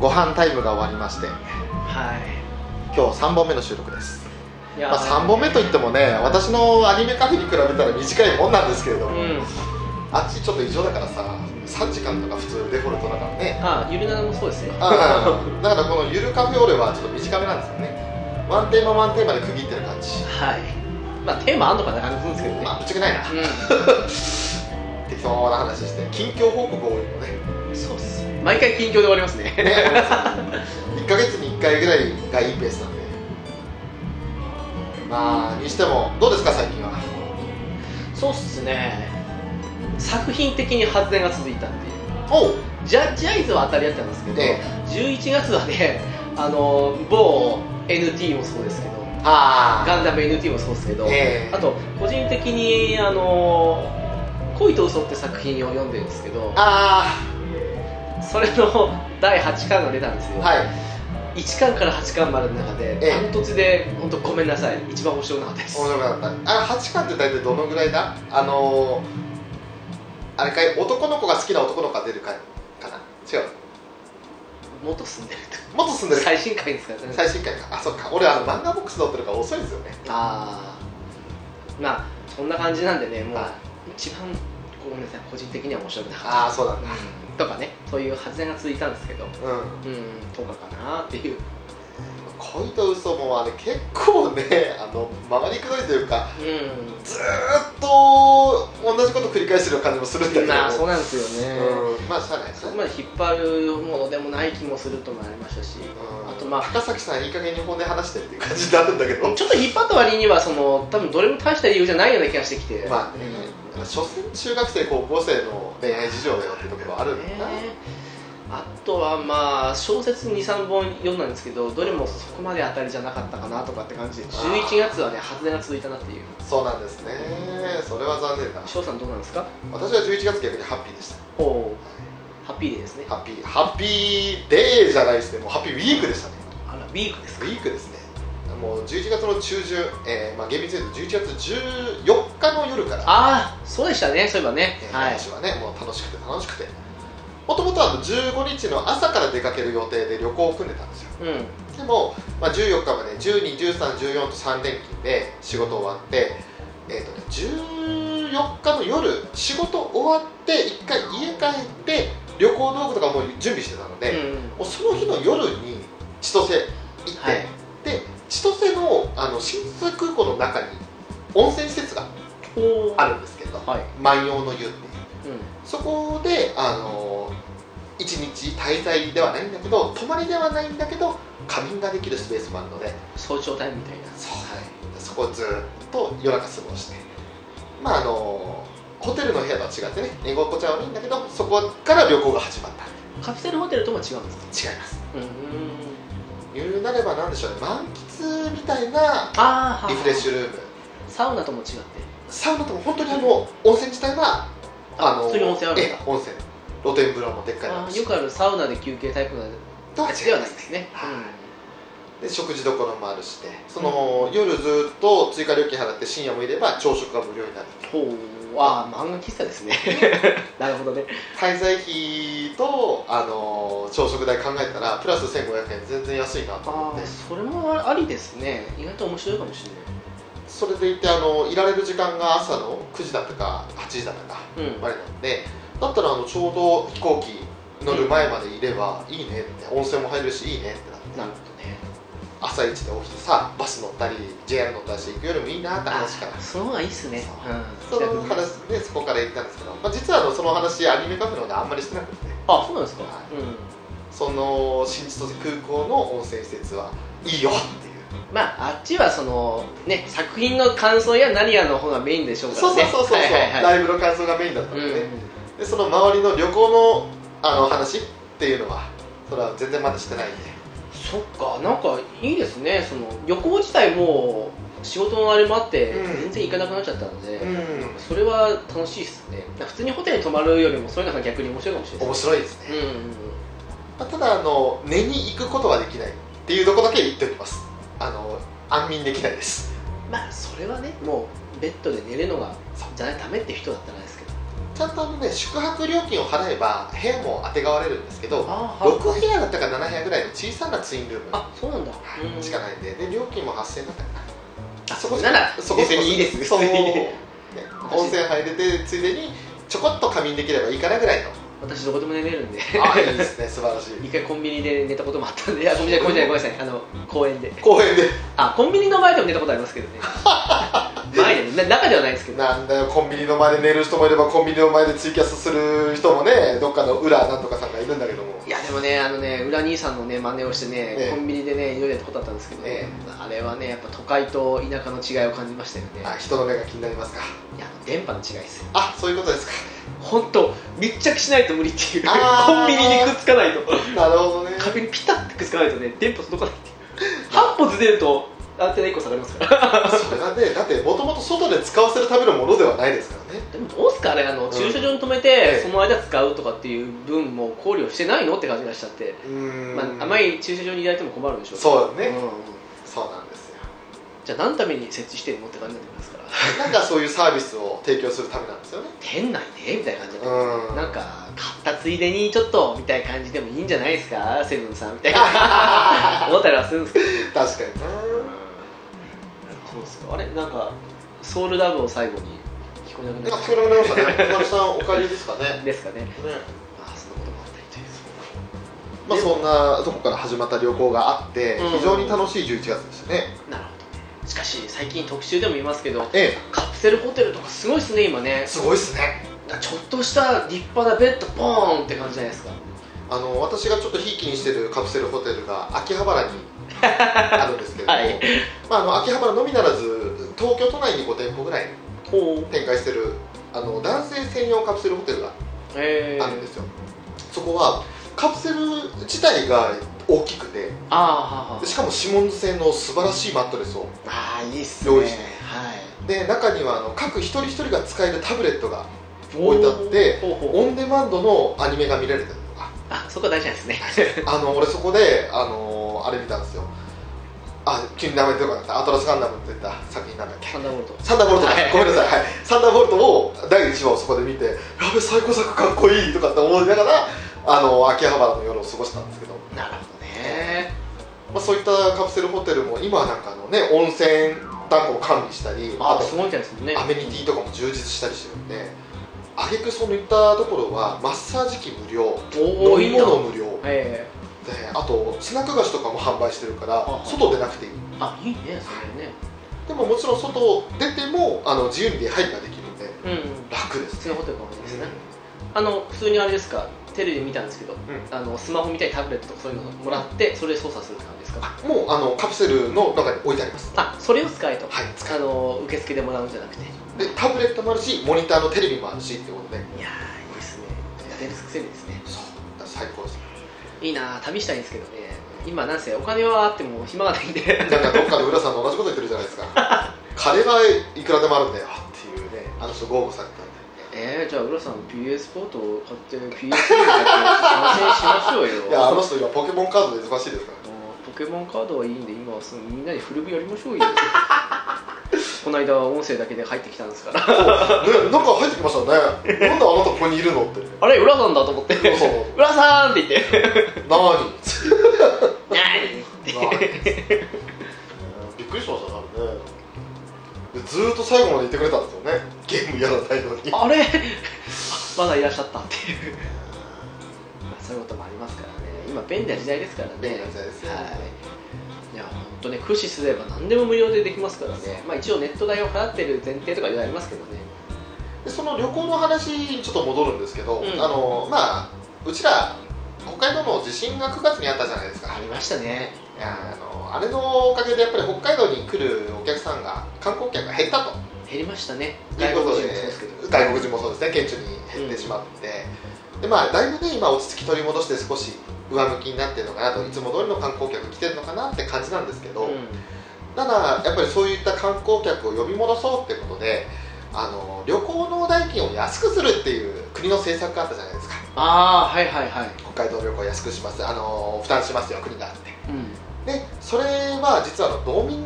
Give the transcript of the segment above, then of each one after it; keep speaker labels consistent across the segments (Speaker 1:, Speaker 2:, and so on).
Speaker 1: ご飯タイムが終わりまして
Speaker 2: は
Speaker 1: 今日3本目の収録です、
Speaker 2: いいや
Speaker 1: まあ、3本目といってもね私のアニメカフェに比べたら短いもんなんですけれど
Speaker 2: う
Speaker 1: も、
Speaker 2: ん
Speaker 1: あっちちょっと異常だからさ3時間とか普通デフォルトだからね
Speaker 2: あゆるななもそうですね
Speaker 1: あ
Speaker 2: は
Speaker 1: あだからこのゆるカフェオレはちょっと短めなんですよねワンテーマワンテーマで区切ってる感じ
Speaker 2: いまあテーマあんのかな感じするんですけどね
Speaker 1: まあぶっちゃけないな適当な話して近況報告多いのね
Speaker 2: う んそうっす毎回近況で終わりますね
Speaker 1: ね 1か月に1回ぐらいがいいペースなんでまあにしてもどうですか最近は
Speaker 2: そうっすね作品的に発電が続いたっていう
Speaker 1: おう
Speaker 2: ジャッジアイズは当たり合ったんですけど、
Speaker 1: え
Speaker 2: 11月はねあの某 NT もそうですけど
Speaker 1: あ
Speaker 2: ガンダム NT もそうですけ
Speaker 1: あ
Speaker 2: ど、
Speaker 1: ええ
Speaker 2: あと個人的にあの恋と嘘って作品を読んでるんですけど
Speaker 1: あ
Speaker 2: それの第8巻が出たんです
Speaker 1: あ
Speaker 2: よ、
Speaker 1: はい
Speaker 2: 1巻から8巻までの中で
Speaker 1: ええ
Speaker 2: ダントツで本当ごめんなさい一番面白くなかったです
Speaker 1: 面白かったあ8巻って大体どのぐらいだあのー、あれかい男の子が好きな男の子が出るかかな違う
Speaker 2: もっと進んでる
Speaker 1: もっと進ん
Speaker 2: と
Speaker 1: でる
Speaker 2: 最新回ですからね
Speaker 1: 最新回かあそっか俺あの漫画ボックス乗ってるから遅いんですよね
Speaker 2: ああまあそんな感じなんでねもう
Speaker 1: はい
Speaker 2: 一番ごめんなさい個人的には面白くなかった
Speaker 1: ああそうなんだ
Speaker 2: うんとかねそういう発言が続いたんですけど
Speaker 1: うん
Speaker 2: うんとかかなっていう、
Speaker 1: 恋と嘘もあれ結構ねあの回りくどいというか
Speaker 2: う
Speaker 1: ずーっと同じこと繰り返してる感じもするんだけ
Speaker 2: ん、
Speaker 1: ど
Speaker 2: まあそうなんですよね、
Speaker 1: うんまあしゃあないです
Speaker 2: そこ
Speaker 1: ね
Speaker 2: まで引っ張るものでもない気もするともありましたし
Speaker 1: うん
Speaker 2: あとまあ
Speaker 1: 高崎さんいい加減に本音話してるっていう感じになるんだけど
Speaker 2: ちょっと引っ張った割にはその多分どれも大した理由じゃないような気がしてきて
Speaker 1: まあね所詮中学生高校生の恋愛事情だよっていうところはあるんだな、
Speaker 2: ねあとはまあ小説23本読んだんですけどどれもそこまで当たりじゃなかったかなとかって感じで11月はね発電が続いたなっていう
Speaker 1: そうなんですねそれは残念だ
Speaker 2: 翔さんどうなんですか
Speaker 1: 私は11月逆にハッピーでした
Speaker 2: おおハッピーデーですね
Speaker 1: ハッピーハッピーデーじゃないですねもうハッピーウィークでしたね
Speaker 2: あらウィークです
Speaker 1: ウ
Speaker 2: か
Speaker 1: ィークですねもう11月の中旬、えーまあ、厳密に言うと11月14日の夜から、
Speaker 2: ああそうでしたねそういえばね
Speaker 1: えー
Speaker 2: はい
Speaker 1: 私はねもう楽しくて楽しくてもともとは15日の朝から出かける予定で旅行を組んでたんですよ
Speaker 2: うん
Speaker 1: でも、まあ、14日まで121314と3連勤で仕事終わって、えーとね、14日の夜仕事終わって1回家帰って旅行道具とかもう準備してたので、
Speaker 2: うん
Speaker 1: もうその日の夜に千歳行って、
Speaker 2: はい
Speaker 1: で千歳のあの新千歳空港の中に温泉施設が
Speaker 2: お
Speaker 1: あるんですけど
Speaker 2: はい、
Speaker 1: 万葉の湯ってい
Speaker 2: う
Speaker 1: う
Speaker 2: ん、
Speaker 1: そこであの1日滞在ではないんだけど泊まりではないんだけど仮眠ができるスペースもあるので
Speaker 2: 早朝タイムみたいな
Speaker 1: そう,、そこをずっと夜中過ごしてまああのホテルの部屋とは違ってね寝心地は悪いんだけどそこから旅行が始まった
Speaker 2: カプセルホテルとも違うんですか
Speaker 1: 違います
Speaker 2: うん
Speaker 1: 言うなればなんでしょうね満喫みたいな
Speaker 2: ああ
Speaker 1: リフレッシュルーム
Speaker 2: サウナとも違って
Speaker 1: サウナとも本当にあの温泉自体はあの
Speaker 2: 普通に温泉あるんだ
Speaker 1: ええ温泉露天風呂もでっかいの
Speaker 2: あ
Speaker 1: ある
Speaker 2: ー
Speaker 1: し
Speaker 2: よくあるサウナで休憩タイプの
Speaker 1: とは違
Speaker 2: では
Speaker 1: ま
Speaker 2: ないん
Speaker 1: す
Speaker 2: ですね、
Speaker 1: で食事どころもあるしでその、夜ずっと追加料金払って深夜もいれば朝食が無料になる
Speaker 2: うん、ほうああ漫画喫茶です ねなるほどね
Speaker 1: 滞在費とあの朝食代考えたらプラス1500円全然安いなと思
Speaker 2: あ
Speaker 1: っ
Speaker 2: あ
Speaker 1: て
Speaker 2: それもありですね意外と面白いかもし
Speaker 1: それでいてあのいられる時間が朝の9時だったか8時だったか
Speaker 2: れない、うん
Speaker 1: あれなんでだったらあのちょうど飛行機乗る前までいればいいねって温泉も入るしいいねってなって
Speaker 2: なるほどね
Speaker 1: 朝一で起きてさバス乗ったり JR 乗ったりして行くよりもいいなって話から
Speaker 2: あその方がいいっすね
Speaker 1: そ
Speaker 2: うん
Speaker 1: の話でそこから行ったんですけど、まあ、実はあのその話アニメカフェの方であんまりしてなくて
Speaker 2: あそうなんですか、
Speaker 1: は
Speaker 2: うん
Speaker 1: その新千歳空港の温泉施設はいいよっていう
Speaker 2: まあ、あっちはその、ね、作品の感想や何やの方がメインでしょうから
Speaker 1: そうそう
Speaker 2: ね
Speaker 1: そうそうそう、
Speaker 2: はいはいはい
Speaker 1: ライブの感想がメインだった
Speaker 2: うんん
Speaker 1: でね、でその周りの旅行のあの話っていうのはそれは全然まだしてないんで
Speaker 2: そっかなんかいいですねその旅行自体もう仕事のあれもあって
Speaker 1: うん
Speaker 2: 全然行かなくなっちゃったので、
Speaker 1: うん
Speaker 2: それは楽しいですねなんか普通にホテルに泊まるよりもそういうのが逆に面白いかもしれない
Speaker 1: 面
Speaker 2: です
Speaker 1: 白いですね、
Speaker 2: うんうん
Speaker 1: まあ、ただあの寝に行くことはできないっていうところだけ言っておきますあの安眠できないです
Speaker 2: うんまあそれはねもうベッドで寝るのがじゃないダメって人だったらですけど
Speaker 1: ちゃんとあの、ね、宿泊料金を払えば部屋もあてがわれるんですけど
Speaker 2: あーはい
Speaker 1: 6部屋だったか7部屋ぐらいの小さなツインルームは
Speaker 2: あそうなんだ、う
Speaker 1: い
Speaker 2: ん
Speaker 1: しかないんでで料金も8000円だったかな
Speaker 2: あそこなら
Speaker 1: そこ
Speaker 2: 別にいいです
Speaker 1: そう、
Speaker 2: 別に
Speaker 1: ね、温泉入れてついでにちょこっと仮眠できればいいかなぐらいの
Speaker 2: 私どこでも寝れるんで
Speaker 1: あいいです ね素晴らしい
Speaker 2: 一回コンビニで寝たこともあったんでいやコンビニじゃごめんなさいあの公園で
Speaker 1: 公園で
Speaker 2: あコンビニの前でも寝たことありますけどね前でもな中ではないですけど
Speaker 1: なんだよコンビニの前で寝る人もいればコンビニの前でツイキャスする人もねどっかの裏なんとかさんがいるんだけども
Speaker 2: いやでもねあのね裏兄さんのね真似をしてね、
Speaker 1: ええ
Speaker 2: コンビニでね夜やったことあったんですけど、
Speaker 1: ええ
Speaker 2: あれはねやっぱ都会と田舎の違いを感じましたよね、
Speaker 1: あ人の目が気になりますか
Speaker 2: いや電波の違いですよ
Speaker 1: あそういうことですか
Speaker 2: 本当密着しないと無理っていう
Speaker 1: あー
Speaker 2: コンビニにくっつかないと
Speaker 1: なるほどね
Speaker 2: 壁にピタッてくっつかないとね電波届かないっていう半歩ずれるとアンテナ1個下がりますから
Speaker 1: それはねだってもともと外で使わせるためのものではないですからね
Speaker 2: でもどうすかあれあの
Speaker 1: ん
Speaker 2: 駐車場に止め
Speaker 1: え
Speaker 2: て
Speaker 1: え
Speaker 2: その間使うとかっていう分も考慮してないのって感じがしちゃって、
Speaker 1: うーん
Speaker 2: まあ、甘い駐車場にいられても困るでしょ
Speaker 1: そうだ
Speaker 2: う
Speaker 1: ね、
Speaker 2: んうん
Speaker 1: そうなんですよ
Speaker 2: じゃあ何のために設置してんのって感じになってきますから
Speaker 1: なんかそういうサービスを提供するためなんですよね
Speaker 2: 店内でみたいな感じ
Speaker 1: う
Speaker 2: で、
Speaker 1: ーん
Speaker 2: なんか買ったついでにちょっとみたいな感じでもいいんじゃないですかセブンさんみたい な思ったりはするんですけど
Speaker 1: 確かにな
Speaker 2: そうですかあれなんかソウルラブを最後に聞こえなく
Speaker 1: なん
Speaker 2: な
Speaker 1: か
Speaker 2: っ
Speaker 1: 聞こえなくなりましたね小春さんお帰りですかね
Speaker 2: たですかね
Speaker 1: ね
Speaker 2: ああそんなこともあったりという
Speaker 1: まあそんなとこから始まった旅行があって
Speaker 2: うん
Speaker 1: 非常に楽しい11月でしたね
Speaker 2: なるほどしかし最近特集でも言いますけど
Speaker 1: え
Speaker 2: カプセルホテルとかすごいっすね今ね
Speaker 1: えすごいっすね
Speaker 2: ちょっとした立派なベッドポーンって感じじゃないですか
Speaker 1: あの私がちょっとひいきにしてるカプセルホテルが秋葉 原にあるんですけれども、
Speaker 2: はい
Speaker 1: まあ、あの秋葉原のみならず東京都内に5店舗ぐらい
Speaker 2: ほう
Speaker 1: 展開してるあの男性専用カプセルホテルが
Speaker 2: え
Speaker 1: あるんですよ、そこはカプセル自体が大きくて
Speaker 2: あーはーはー
Speaker 1: しかも指紋製の素晴らしいマットレスを
Speaker 2: あーいいっすね
Speaker 1: 用意して
Speaker 2: はい
Speaker 1: で中にはあの各一人一人が使えるタブレットが置いてあって
Speaker 2: ほうほう
Speaker 1: オンデマンドのアニメが見られたりとか
Speaker 2: あそこは大事なんですね
Speaker 1: あの俺そこであのあれ見たんですよあ急に名前出てこなかったアトラスガンダムって言った作品なんだっけ
Speaker 2: サンダーボルト
Speaker 1: サンダーボルトだ、
Speaker 2: はい
Speaker 1: ごめんなさい、はい、サンダーボルトを第1話をそこで見て、やべ、最高作かっこいいとかって思いながら、あの秋葉原の夜を過ごしたんですけど、
Speaker 2: なるほどね
Speaker 1: まあ、そういったカプセルホテルも、今はなんかあの、ね、温泉団子を管理したり、
Speaker 2: あ
Speaker 1: あ
Speaker 2: ーすごいじゃないですかね
Speaker 1: とアメニティとかも充実したりしてるんで、あげくそのいったところは、マッサージ機無料、
Speaker 2: お
Speaker 1: 飲
Speaker 2: お
Speaker 1: み
Speaker 2: いいな
Speaker 1: 物無料、
Speaker 2: え
Speaker 1: であとスナック菓子とかも販売してるから
Speaker 2: あ、
Speaker 1: 外出なくていい。
Speaker 2: えあいいねそれね
Speaker 1: でももちろん外出てもあの自由に出入りができる
Speaker 2: う
Speaker 1: んで
Speaker 2: ん
Speaker 1: 楽です
Speaker 2: 普通のホテルかもしれないですね、あの普通にあれですかテレビで見たんですけど、
Speaker 1: ん
Speaker 2: あのスマホみたいにタブレットとかそういうのもらってそれで操作するって感じですか
Speaker 1: もうあのカプセルの中に置いてあります
Speaker 2: あそれを使えと、
Speaker 1: はい使
Speaker 2: あの受付でもらうんじゃなくてい
Speaker 1: でタブレットもあるしモニターのテレビもあるしってことで
Speaker 2: やーいいですねデルスクセルですね
Speaker 1: そうだから最高です
Speaker 2: いいなー旅したいんですけどね今なんせお金はあっても暇がないんで
Speaker 1: なんかどっかの浦さんと同じこと言ってるじゃないですか金はいくらでもあるんだよっていうねあの人豪語されてたんで
Speaker 2: えー、じゃあ浦さん PS ポートを買って PS4 に買って参戦しましょうよ
Speaker 1: いやあの人今ポケモンカードで忙しいですからね
Speaker 2: もうポケモンカードはいいんで今はそのみんなでフルブやりましょうよこの間は音声だけで入ってきたんですから
Speaker 1: ねなんか入ってきましたねなんであなたここにいるのって
Speaker 2: あれ浦さんだと思って
Speaker 1: そうそう
Speaker 2: 「 浦さん!」って言 って
Speaker 1: 何
Speaker 2: 「何?」って
Speaker 1: 何びっくりしましたねあれねでずーっと最後までいてくれたんですよねゲームやらないのに
Speaker 2: あれ まだいらっしゃったっていうまあそういうこともありますからね今便利な時代ですからね
Speaker 1: 便利な時代ですよ
Speaker 2: はいいや本当ね駆使すれば何でも無料でできますからねまあ一応ネット代を払ってる前提とか言われますけどね
Speaker 1: でその旅行の話にちょっと戻るんですけど、
Speaker 2: うん
Speaker 1: あのまあうちら北海道の地震が9月にあったじゃないですか
Speaker 2: ありましたね
Speaker 1: いやあのあれのおかげでやっぱり北海道に来るお客さんが観光客が減ったと
Speaker 2: 減りましたね
Speaker 1: いうこと
Speaker 2: もそう
Speaker 1: で
Speaker 2: ですけど
Speaker 1: 外国人もそうですね顕著に減ってしまって、でまあだいぶね今落ち着き取り戻して少し上向きになってるのかなといつも通りの観光客来てるのかなって感じなんですけど、
Speaker 2: うん
Speaker 1: ただやっぱりそういった観光客を呼び戻そうってことであの旅行の代金を安くするっていう国の政策があったじゃないですか
Speaker 2: ああはいはいはい、
Speaker 1: 北海道旅行を安くしますあの負担しますよ国があって
Speaker 2: うん、
Speaker 1: でそれは実はあの道民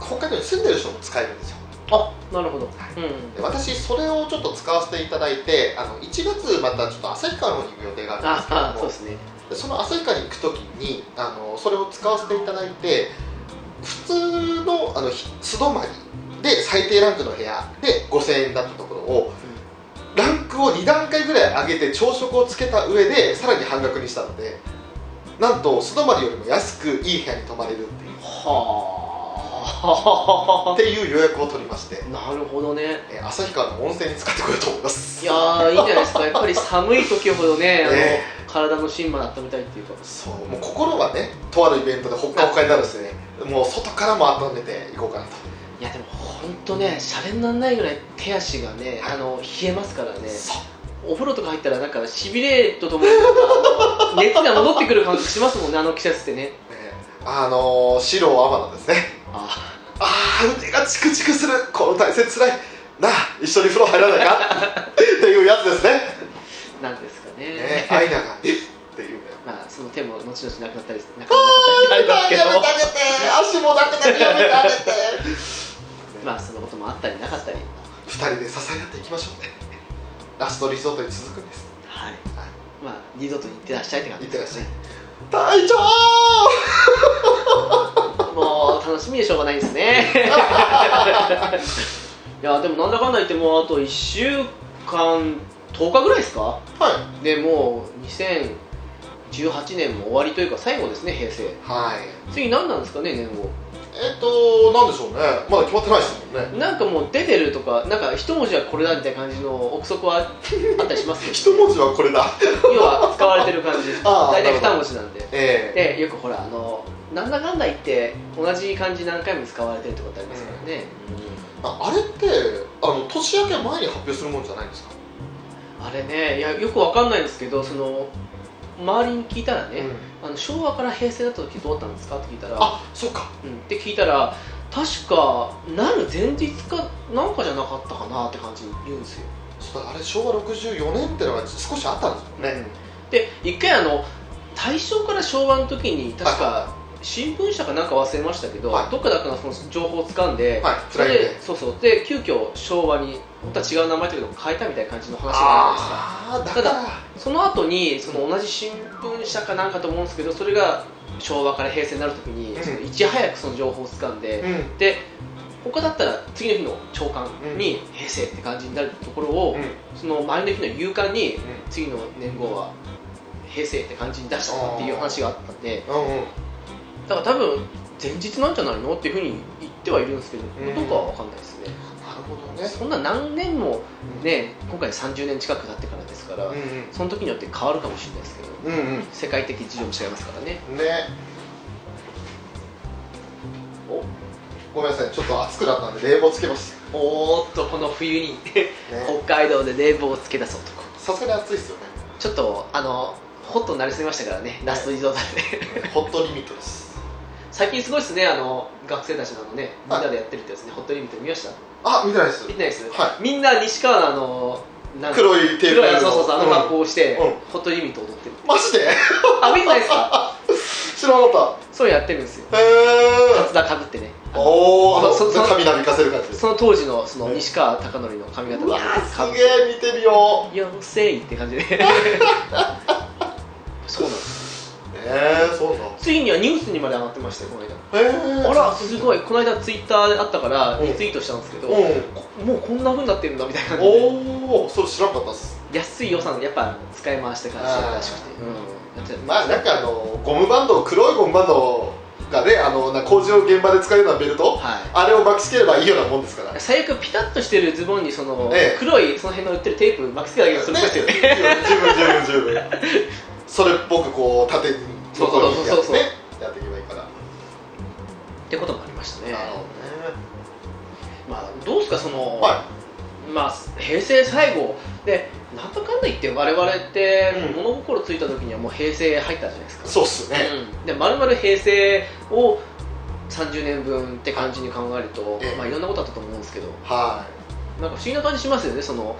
Speaker 1: 北海道に住んでる人も使えるんですよあ
Speaker 2: なるほど、うん
Speaker 1: で私それをちょっと使わせていただいてあの1月またちょっと旭川の方に行く予定があるんですけど
Speaker 2: ああ
Speaker 1: も
Speaker 2: そうですね
Speaker 1: でその旭川に行く時にあのそれを使わせていただいて普通のあのひ素泊まりで最低ランクの部屋で5000円だったところをランクを2段階ぐらい上げて朝食をつけた上でさらに半額にしたのでなんと素泊まりよりも安くいい部屋に泊まれるっていう
Speaker 2: は
Speaker 1: っていう予約を取りまして
Speaker 2: あ なるほどね
Speaker 1: えー旭川の温泉に使ってこようと思います
Speaker 2: いやーいいんじゃないです かやっぱり寒い時ほどねあの
Speaker 1: ね
Speaker 2: 体の芯まで温めたいっていうか
Speaker 1: そうもう心はねとあるイベントでほっかほかになるんですねもう外からも温めていこうかなと
Speaker 2: いやでも本当ねシャレにならないぐらい手足がねあの冷えますからね
Speaker 1: そう
Speaker 2: お風呂とか入ったらなんかしびれとともになん か熱が戻ってくる感じしますもんねあの季節ってね
Speaker 1: ねあのー、白を天野ですね
Speaker 2: あ
Speaker 1: ああ腕がチクチクするこの体勢つらいなあ一緒に風呂入ら ないかっていうやつですね
Speaker 2: なんですかね
Speaker 1: ねアイナがえっっていうね
Speaker 2: まあその手も後々なくなったりなくな
Speaker 1: やめて
Speaker 2: った
Speaker 1: あ
Speaker 2: り
Speaker 1: げ
Speaker 2: な
Speaker 1: て
Speaker 2: かったりだけ
Speaker 1: 足もなくなってやめてあげて
Speaker 2: どまあそのこともあったりなかったり
Speaker 1: 二人で支え合っていきましょうねラストリゾートに続くんです
Speaker 2: はいまあ二度と行ってらっしゃいって感
Speaker 1: い
Speaker 2: じ
Speaker 1: って
Speaker 2: で
Speaker 1: らっ
Speaker 2: す
Speaker 1: し
Speaker 2: か
Speaker 1: ゃい
Speaker 2: ね
Speaker 1: 隊長
Speaker 2: もう楽しみでしょうがないですね いやでもなんだかんだ言ってもうあと1週間10日ぐらいですか
Speaker 1: は
Speaker 2: でもう2018年も終わりというか最後ですね平成
Speaker 1: いはい
Speaker 2: 次何なんですかね年号
Speaker 1: えっとなんでしょうねまだ決まってないですもんね
Speaker 2: なんかもう出てるとかなんか一文字はこれだみたいな感じの憶測はあったりしますけ
Speaker 1: 一
Speaker 2: ど、
Speaker 1: 文字はこれだ
Speaker 2: 要は使われてる感じです
Speaker 1: ああ
Speaker 2: 大体
Speaker 1: なる
Speaker 2: 二
Speaker 1: ほ
Speaker 2: 文字なんで
Speaker 1: ええ
Speaker 2: でよくほらあのなんだかんだ言って同じ漢字何回も使われてるってことありますからね、
Speaker 1: ああれってあの年明け前に発表するもんじゃないんですか、
Speaker 2: あれねいやよくわかんないんですけどその周りに聞いたらね、あの昭和から平成だった時どうだったんですかって聞いたら、
Speaker 1: あそうか
Speaker 2: うん、って聞いたら確かなる前日かなんかじゃなかったかなって感じに言うんですよ、
Speaker 1: そうだあれ昭和64年ってのが少しあったんですよね、
Speaker 2: で一回あの大正から昭和の時に確か新聞社かなんか忘れましたけど、
Speaker 1: はい
Speaker 2: どっかだったのその情報を掴んで、
Speaker 1: はい
Speaker 2: そ
Speaker 1: フラ
Speaker 2: れ
Speaker 1: イ
Speaker 2: で
Speaker 1: で
Speaker 2: そうそうで急遽昭和に本当は違う名前だけど変えたみたいな感じの話がありました
Speaker 1: ああだから
Speaker 2: たその後にその同じ新聞社かなんかと思うんですけどそれが昭和から平成になるときに、
Speaker 1: うん
Speaker 2: そのいち早くその情報を掴んで、
Speaker 1: うん
Speaker 2: で他だったら次の日の朝刊に平成って感じになるところを、
Speaker 1: うん
Speaker 2: その前の日の夕刊に
Speaker 1: うん
Speaker 2: 次の年号は平成って感じに出したとかっていう話があったんで
Speaker 1: うんうん
Speaker 2: だから多分前日なんじゃないのっていうふうに言ってはいるんですけど、
Speaker 1: ん
Speaker 2: どうかは分かんないですね
Speaker 1: なるほどね
Speaker 2: そんな何年もね今回30年近く経ってからですから、
Speaker 1: うん
Speaker 2: その時によって変わるかもしれないですけど
Speaker 1: うんうん
Speaker 2: 世界的事情も違いますからね
Speaker 1: うんねおごめんなさいちょっと暑くなったんで冷房つけます
Speaker 2: おーっとこの冬に
Speaker 1: ね
Speaker 2: 北海道で冷房をつけ出そうと
Speaker 1: さすがに暑いっすよね
Speaker 2: ちょっとあのホットになりすぎましたからねラストリゾートでね
Speaker 1: ホットリミットです
Speaker 2: 最近すごいですねあの学生たちなのねみん
Speaker 1: はい
Speaker 2: なでやってるってやつねホットリミット見ました
Speaker 1: あ見てないです
Speaker 2: 見てないです、
Speaker 1: は
Speaker 2: みんな西川のあのなん
Speaker 1: 黒いテープ
Speaker 2: 黒いそうそうそうあの格好をして、
Speaker 1: うん
Speaker 2: ホットリミット踊ってる
Speaker 1: マジで
Speaker 2: あ見てないですか
Speaker 1: 知らなかっ
Speaker 2: そうやってるんですよ
Speaker 1: たへえ
Speaker 2: カツラかぶってねあの
Speaker 1: おおあの
Speaker 2: そそ
Speaker 1: 髪なびかせる感じです
Speaker 2: その当時のその西川貴教の髪型
Speaker 1: うわーす
Speaker 2: かぶって
Speaker 1: げえ見てるよ
Speaker 2: 妖精って感じ でそうなんです
Speaker 1: ええー、そうなん
Speaker 2: ついにはニュースにまで上がってましたよこの間
Speaker 1: ええー、
Speaker 2: あらすごいこの間ツイッターであったから
Speaker 1: うん
Speaker 2: リツイートしたんですけど、
Speaker 1: うん
Speaker 2: もうこんな風になってるんだみたいな感じで
Speaker 1: おおそれ知らなかったっす
Speaker 2: 安い予算やっぱ使い回した感じだったらしくて、うん、やって
Speaker 1: まあなんかあのゴムバンド黒いゴムバンドがねあのな工事の現場で使うようなベルト
Speaker 2: は
Speaker 1: あれを巻きつければいいようなもんですから
Speaker 2: い最悪ピタッとしてるズボンにその、
Speaker 1: ええ
Speaker 2: 黒いその辺の売ってるテープ巻きつけただけでそれしてるね
Speaker 1: ね十分十分十分十分それっぽくこう縦に
Speaker 2: そうそうそうそうそう
Speaker 1: ねやっていけばいいから、
Speaker 2: ってこともありましたね
Speaker 1: なるほ
Speaker 2: まあどうですかその、
Speaker 1: どねは
Speaker 2: まあ、平成最後でなんだかんだ言って我々って
Speaker 1: うん
Speaker 2: 物心ついた時にはもう平成入ったじゃないですか
Speaker 1: いそうっすね、
Speaker 2: うん、でまるまる平成を30年分って感じに考えると、
Speaker 1: ええ
Speaker 2: まあ、いろんなことあったと思うんですけど
Speaker 1: は
Speaker 2: なんか不思議な感じしますよねその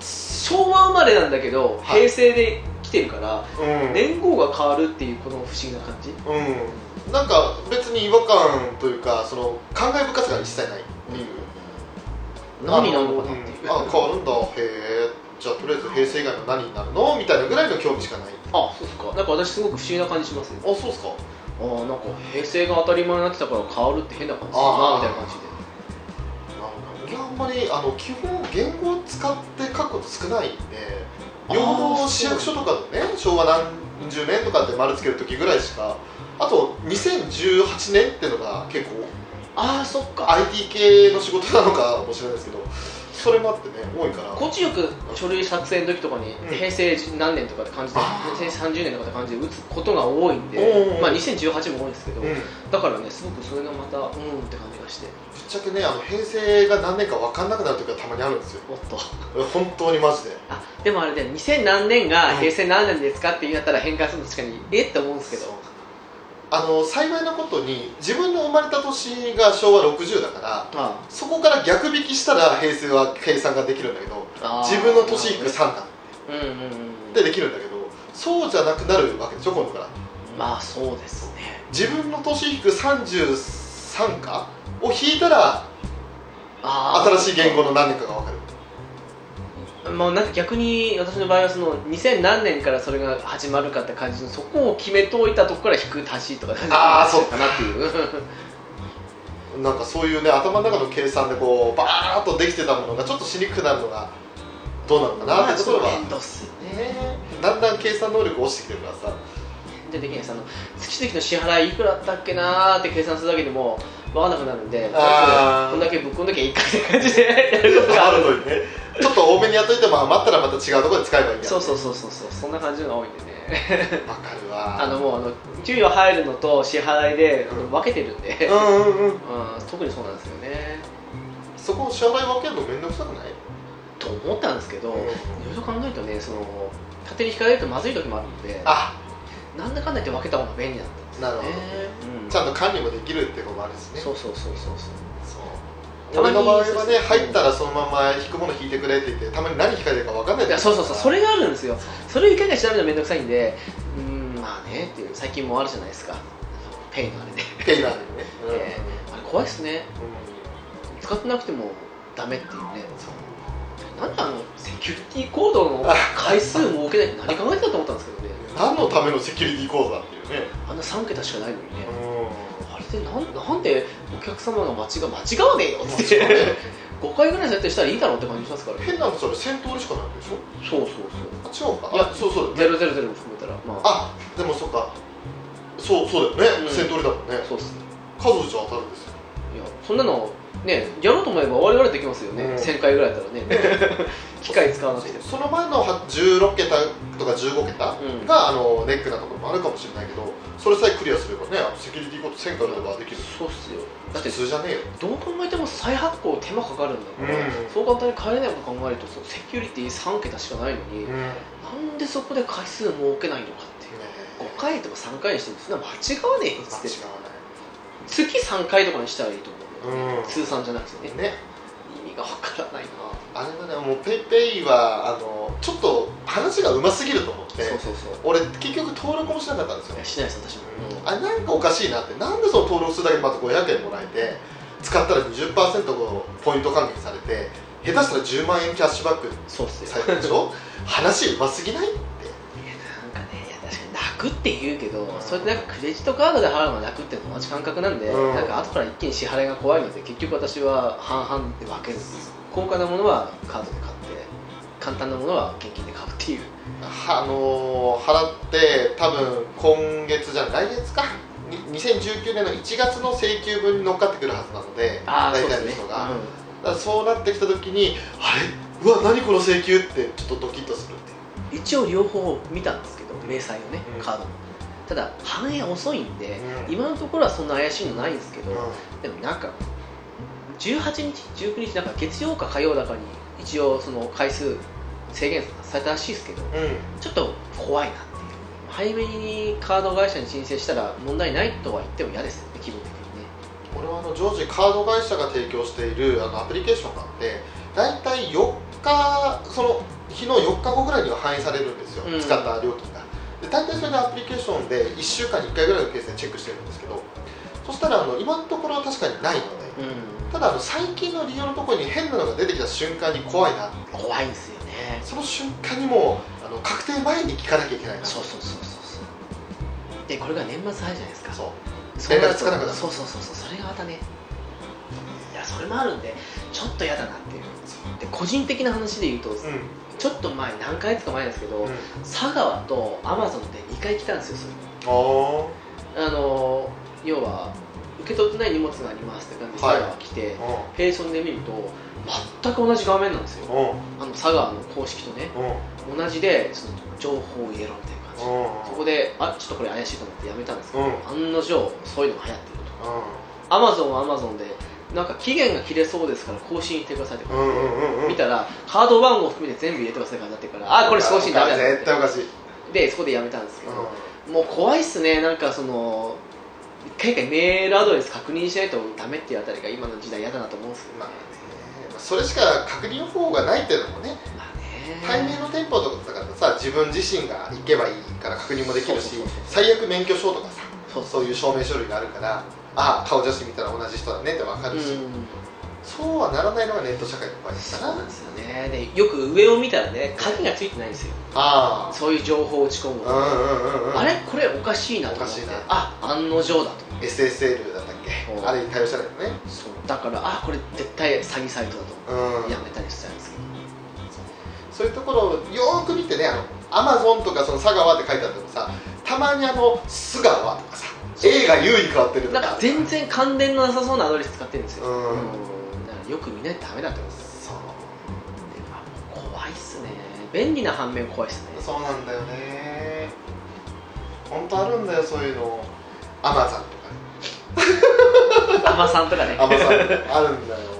Speaker 2: 昭和生まれなんだけど
Speaker 1: はい
Speaker 2: 平成で来てるから、
Speaker 1: いうん
Speaker 2: 年号が変わるっていうこの不思議な感じ
Speaker 1: うんなんか別に違和感というかその感慨深さが一切ないっていう、
Speaker 2: う何になるのかなっていう
Speaker 1: あ変わるんだへえじゃあとりあえず平成以外の何になるのみたいなぐらいの興味しかないあ
Speaker 2: あそうっすかなんか私すごく不思議な感じしますよ
Speaker 1: そうですか
Speaker 2: ああなんか平成が当たり前になってたから変わるって変な感じだ
Speaker 1: あ
Speaker 2: なみ
Speaker 1: ー
Speaker 2: たいな感じで
Speaker 1: 俺はあんまりあの基本言語を使って書くこと少ないんで
Speaker 2: あー
Speaker 1: 用語市役所とかでね昭和何十年とかって丸つける時ぐらいしかあと2018年っていうのが結構
Speaker 2: ああそっか
Speaker 1: IT 系の仕事なのかもしれないですけどそれもあってね多いから
Speaker 2: こっちよく書類作成の時とかに
Speaker 1: うん
Speaker 2: 平成何年とかって感じで
Speaker 1: あー
Speaker 2: 平成30年とかって感じで打つことが多いん
Speaker 1: おうお
Speaker 2: で
Speaker 1: う
Speaker 2: まあ2018も多いんですけど
Speaker 1: うんぶっ
Speaker 2: だからねすごくそれがまたうんって感じがして
Speaker 1: ちゃけねあの平成が何年か分かんなくなる時がたまにあるんですよ
Speaker 2: おっと
Speaker 1: 本当にマジで
Speaker 2: あでもあれで2000何年が平成何年ですかって言ったら変換するの確かにえって思うんですけど
Speaker 1: あの幸いなことに自分の生まれた年が昭和60だから
Speaker 2: あ
Speaker 1: そこから逆引きしたら平成は計算ができるんだけど
Speaker 2: あ
Speaker 1: 自分の年引く3なん
Speaker 2: うんうんうん
Speaker 1: でできるんだけどそうじゃなくなるわけでしょ今度から
Speaker 2: まあそうですね
Speaker 1: 自分の年引く33かを引いたら
Speaker 2: あー
Speaker 1: 新しい言語の何年かが分かる
Speaker 2: まあ、なんか逆に私の場合はその2000何年からそれが始まるかって感じのそこを決めておいたとこから引く足しとか
Speaker 1: あーそう
Speaker 2: かなっていう
Speaker 1: なんかそういうね頭の中の計算でこうバーッとできてたものがちょっとしにくくなるのがどうなのかなってところが、
Speaker 2: 面倒っすよね
Speaker 1: だんだん計算能力落ちてきてるから さ
Speaker 2: でできないですあの月々の支払いいくらだったっけなーって計算するだけでも分かんなくなるんで
Speaker 1: あー
Speaker 2: こんだけぶっこんだけいいかって感じでやることがある
Speaker 1: のにねちょっと多めにやっといても余ったらまた違うところで使えばいいんだ
Speaker 2: そうそうそうそうそうそんな感じのが多いんでね
Speaker 1: わかるわ
Speaker 2: あのもうあの給与入るのと支払いであの
Speaker 1: うん
Speaker 2: 分けてるんで、
Speaker 1: うんうんうん
Speaker 2: うん、特にそうなんですよね
Speaker 1: そこを支払い分けるの面倒くさくない
Speaker 2: と思ったんですけど、
Speaker 1: うん
Speaker 2: いろいろ考えるとねその勝手に引かれるとまずい時もあるので
Speaker 1: あ
Speaker 2: なんだかんだ言って分けた方が便利なんだ
Speaker 1: なる
Speaker 2: よ
Speaker 1: ほど、
Speaker 2: ね、うん、
Speaker 1: ちゃんと管理もできるってこともあるしね
Speaker 2: そうそうそうそうそう
Speaker 1: そう
Speaker 2: たま
Speaker 1: 俺
Speaker 2: に
Speaker 1: の場合はね
Speaker 2: そうそう
Speaker 1: 入ったらそのまま引くもの引いてくれって言ってたまに何引かれてるか分かんない
Speaker 2: いやそうそうそうそ
Speaker 1: れ
Speaker 2: れがあるんですよそれをいかに調べるのめんどくさいんでうんまあねっていう最近もあるじゃないですかペイのあれで
Speaker 1: ペイなんでね、うんうん
Speaker 2: えあれ怖いっすね使ってなくてもダメっていうねなんであのセキュリティコードの回数設けないって何考えてたと思ったんですけどね
Speaker 1: 何のためのセキュリティ講座っていうね、
Speaker 2: あんな3桁しかないのにね
Speaker 1: う
Speaker 2: あれでなんなんでお客様が間違間違わねえよっ
Speaker 1: ん、
Speaker 2: て5回ぐらい設定したらいいだろうって感じしますからね
Speaker 1: 変な話それ先頭でしかないでしょ
Speaker 2: そうそう
Speaker 1: あ違うか
Speaker 2: いや
Speaker 1: そうそう
Speaker 2: そうゼロゼロゼロも含めたらまあ
Speaker 1: あでもそっかそうそうだよね、
Speaker 2: うん
Speaker 1: 先取りだもんね
Speaker 2: そうっす
Speaker 1: 数じゃ当たるんですよ
Speaker 2: いやそんなのねやろうと思えば我々できますよね、
Speaker 1: うん
Speaker 2: 1000回ぐらいだったらね 機械使わなくても
Speaker 1: その前のは16桁とか15桁が、
Speaker 2: うん
Speaker 1: あのネックなところもあるかもしれないけどそれさえクリアすればねあのセキュリティコード1000回とかできる
Speaker 2: そうっすよだって
Speaker 1: 普通じゃねえよ
Speaker 2: どう考えても再発行手間かかるんだから、
Speaker 1: うん
Speaker 2: そう簡単に変えれないこと考えるとそのセキュリティ3桁しかないのに、
Speaker 1: ね
Speaker 2: なんでそこで回数設けないのかっていう5回とか3回にしてもそんな間違わねえよっつって月3回とかにしたらいいと思う
Speaker 1: 間違わない
Speaker 2: 通算じゃなくてね
Speaker 1: うんね
Speaker 2: 意味がわからないな
Speaker 1: あれだねもうペイペイはあのちょっと話がうますぎると思って
Speaker 2: そうそうそう
Speaker 1: 俺結局登録もしなかったんですよ
Speaker 2: いやしないです私も、
Speaker 1: あれなんかおかしいなってなんでその登録するだけでまず500円もらえて使ったら20%ポイント還元されて下手したら10万円キャッシュバック
Speaker 2: そうっすよ
Speaker 1: されるでしょ話うますぎないって
Speaker 2: なんかねいや確かに楽って言うけど、それってなんかクレジットカードで払うのが楽っていうのと同じ感覚なんで、
Speaker 1: うん
Speaker 2: なんか後から一気に支払いが怖いので結局私は半々で分けるんです高価なものはカードで買って簡単なものは現金で買うっていう
Speaker 1: はあのー払って多分今月じゃない来月かに2019年の1月の請求分に乗っかってくるはずなので
Speaker 2: そ
Speaker 1: 大
Speaker 2: うで
Speaker 1: 体
Speaker 2: す
Speaker 1: の
Speaker 2: ね
Speaker 1: 人が、だからそうなってきた時にあれうわ何この請求ってちょっとドキッとするってい
Speaker 2: う
Speaker 1: う
Speaker 2: ん一応両方見たんですけど明細をね、
Speaker 1: うん
Speaker 2: カードのただ反映遅いんで、
Speaker 1: うん
Speaker 2: 今のところはそんな怪しいのないんですけど、
Speaker 1: うん
Speaker 2: でもなんか18日、19日なんか月曜か火曜だかに一応その回数制限されたらしいですけど
Speaker 1: うん
Speaker 2: ちょっと怖いなっていう早めにカード会社に申請したら問題ないとは言っても嫌ですよね気分的にね
Speaker 1: 俺はあの常時カード会社が提供しているあのアプリケーションがあって大体4日その日の4日後ぐらいには反映されるんですよ、
Speaker 2: うん
Speaker 1: 使った料金がで大体それでアプリケーションで1週間に1回ぐらいのケースでチェックしてるんですけどそしたらあの今のところは確かにないので
Speaker 2: うん
Speaker 1: ただあの最近の利用のところに変なのが出てきた瞬間に怖いなって
Speaker 2: 怖いんですよね
Speaker 1: その瞬間にもうあの確定前に聞かなきゃいけないな
Speaker 2: そうそうそうそうそうでこれが年末あるじゃないですか
Speaker 1: そう
Speaker 2: そうなる
Speaker 1: 連絡つ
Speaker 2: と
Speaker 1: かなくなる
Speaker 2: そうそうそうそうそれがまたねいやそれもあるんでちょっと嫌だなっていうで個人的な話で言うと、
Speaker 1: うん
Speaker 2: ちょっと前何ヶ月か前なんですけど、
Speaker 1: うん
Speaker 2: 佐川とアマゾンで2回来たんですよそれ
Speaker 1: あ
Speaker 2: あのー要は受け取ってない荷物がありますって感じで
Speaker 1: はい
Speaker 2: 佐川来て、
Speaker 1: あうん
Speaker 2: ペーソンで見ると全く同じ画面なんですよ
Speaker 1: うん
Speaker 2: あの佐川の公式とね
Speaker 1: うん
Speaker 2: 同じでその情報を入れろみたいな感じ
Speaker 1: う
Speaker 2: そ
Speaker 1: ん
Speaker 2: こであちょっとこれ怪しいと思ってやめたんですけど、
Speaker 1: うん
Speaker 2: 案の定そういうのが流行ってるとアマゾンはアマゾンでなんか期限が切れそうですから更新してくださいって
Speaker 1: うんうんうんうん
Speaker 2: 見たらカード番号含めて全部入れてくださいからなってからあこれ更新ダメだな
Speaker 1: 絶対お
Speaker 2: っ
Speaker 1: かしい
Speaker 2: てでそこでやめたんですけ
Speaker 1: う
Speaker 2: ど、
Speaker 1: ん
Speaker 2: もう怖いっすねなんかその一回一回メールアドレス確認しないとダメっていうあたりが今の時代嫌だなと思うんですけどね
Speaker 1: まあねそれしか確認方法がないっていうのもね
Speaker 2: まあ
Speaker 1: 対
Speaker 2: ね
Speaker 1: 面の店舗とかだからさ自分自身が行けばいいから確認もできるし
Speaker 2: そうそうそう
Speaker 1: 最悪免許証とかさ
Speaker 2: そうそう
Speaker 1: そういう証明書類があるからああ顔写真見たら同じ人だねって分か
Speaker 2: う
Speaker 1: るし、
Speaker 2: ん
Speaker 1: そうはならないのがネット社会の怖いで
Speaker 2: そ
Speaker 1: す
Speaker 2: う
Speaker 1: か
Speaker 2: な
Speaker 1: ら
Speaker 2: んですよねでよく上を見たらね鍵がついてないんですよ
Speaker 1: あ
Speaker 2: そういう情報を打ち込む
Speaker 1: あ
Speaker 2: の、
Speaker 1: うんうんうんうん
Speaker 2: あれこれおかしいなと思っ
Speaker 1: おかしていな
Speaker 2: あ案の定だと
Speaker 1: SSL だったっ
Speaker 2: う
Speaker 1: け
Speaker 2: ん
Speaker 1: あれに対応したらいいのね
Speaker 2: そうだからあこれ絶対詐欺サイトだと
Speaker 1: うん
Speaker 2: やめたりしたんですけど
Speaker 1: そういうところをよーく見てねあのアマゾンとかその佐川って書いてあってもさたまにあの須川とかさ A が U に変わってると
Speaker 2: な
Speaker 1: か
Speaker 2: んか全然関連のなさそうなアドレス使ってるんですよ、
Speaker 1: うん
Speaker 2: だからよく見ないとダメだと思うんですよ
Speaker 1: そ
Speaker 2: で
Speaker 1: う
Speaker 2: も怖いっすね便利な反面怖いっすね
Speaker 1: そうなんだよね本当あるんだよそういうのアマゾンとかね
Speaker 2: アマさんとかね
Speaker 1: アマゾンあるんだよ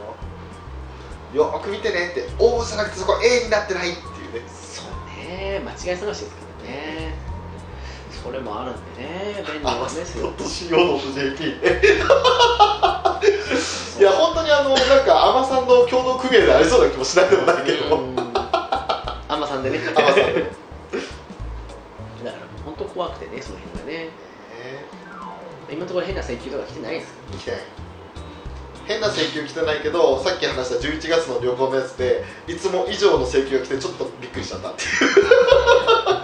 Speaker 1: よーく見てねって「O」じゃなくてそこ A になってないっていうね
Speaker 2: そうね間違い探しですからねそれもあるんでね便利な
Speaker 1: アマ
Speaker 2: 反面
Speaker 1: ゾ
Speaker 2: で
Speaker 1: ン
Speaker 2: すよ
Speaker 1: .co.jp いや本当にあのなんかアマさんの共同組合でありそうな気もしないでもないけど
Speaker 2: うんアマさん でね
Speaker 1: アマさんで
Speaker 2: だから本当怖くてねその辺がね
Speaker 1: ね
Speaker 2: 今のところ変な請求とか来てないんです
Speaker 1: 来てない変な請求来てないけどさっき話した11月の旅行のやつでいつも以上の請求が来てちょっとびっくりしちゃったって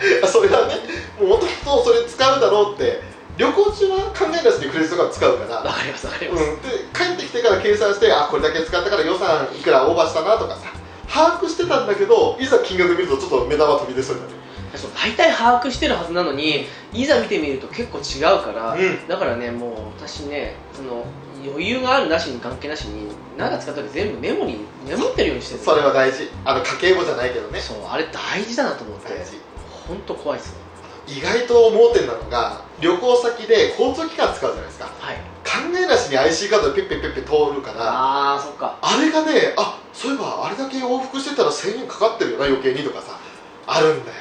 Speaker 1: いう あそれはねもともとそれ使うだろうって旅行中は考えなしでクレジットカード使うから、
Speaker 2: わかりますわかり
Speaker 1: う
Speaker 2: ま
Speaker 1: ん、
Speaker 2: す、
Speaker 1: で帰ってきてから計算してあこれだけ使ったから予算いくらオーバーしたなとかさ把握してたんだけどいざ金額見るとちょっと目玉飛び出そうになる
Speaker 2: そう大体把握してるはずなのにいざ見てみると結構違うから、
Speaker 1: うん
Speaker 2: だからねもう私ねその余裕があるなしに関係なしに何か使った時全部メモにメモってるようにしてる
Speaker 1: それは大事あの家計簿じゃないけどね
Speaker 2: そうあれ大事だなと思って
Speaker 1: 大事
Speaker 2: 本当怖いっすね
Speaker 1: 意外と盲点なのが旅行先で交通機関使うじゃないですか
Speaker 2: はい
Speaker 1: 考えなしに IC カードでピッピッピッピッ通るからあ
Speaker 2: ああそっか
Speaker 1: れがねあそういえばあれだけ往復してたら1000円かかってるよな余計にとかさあるんだよ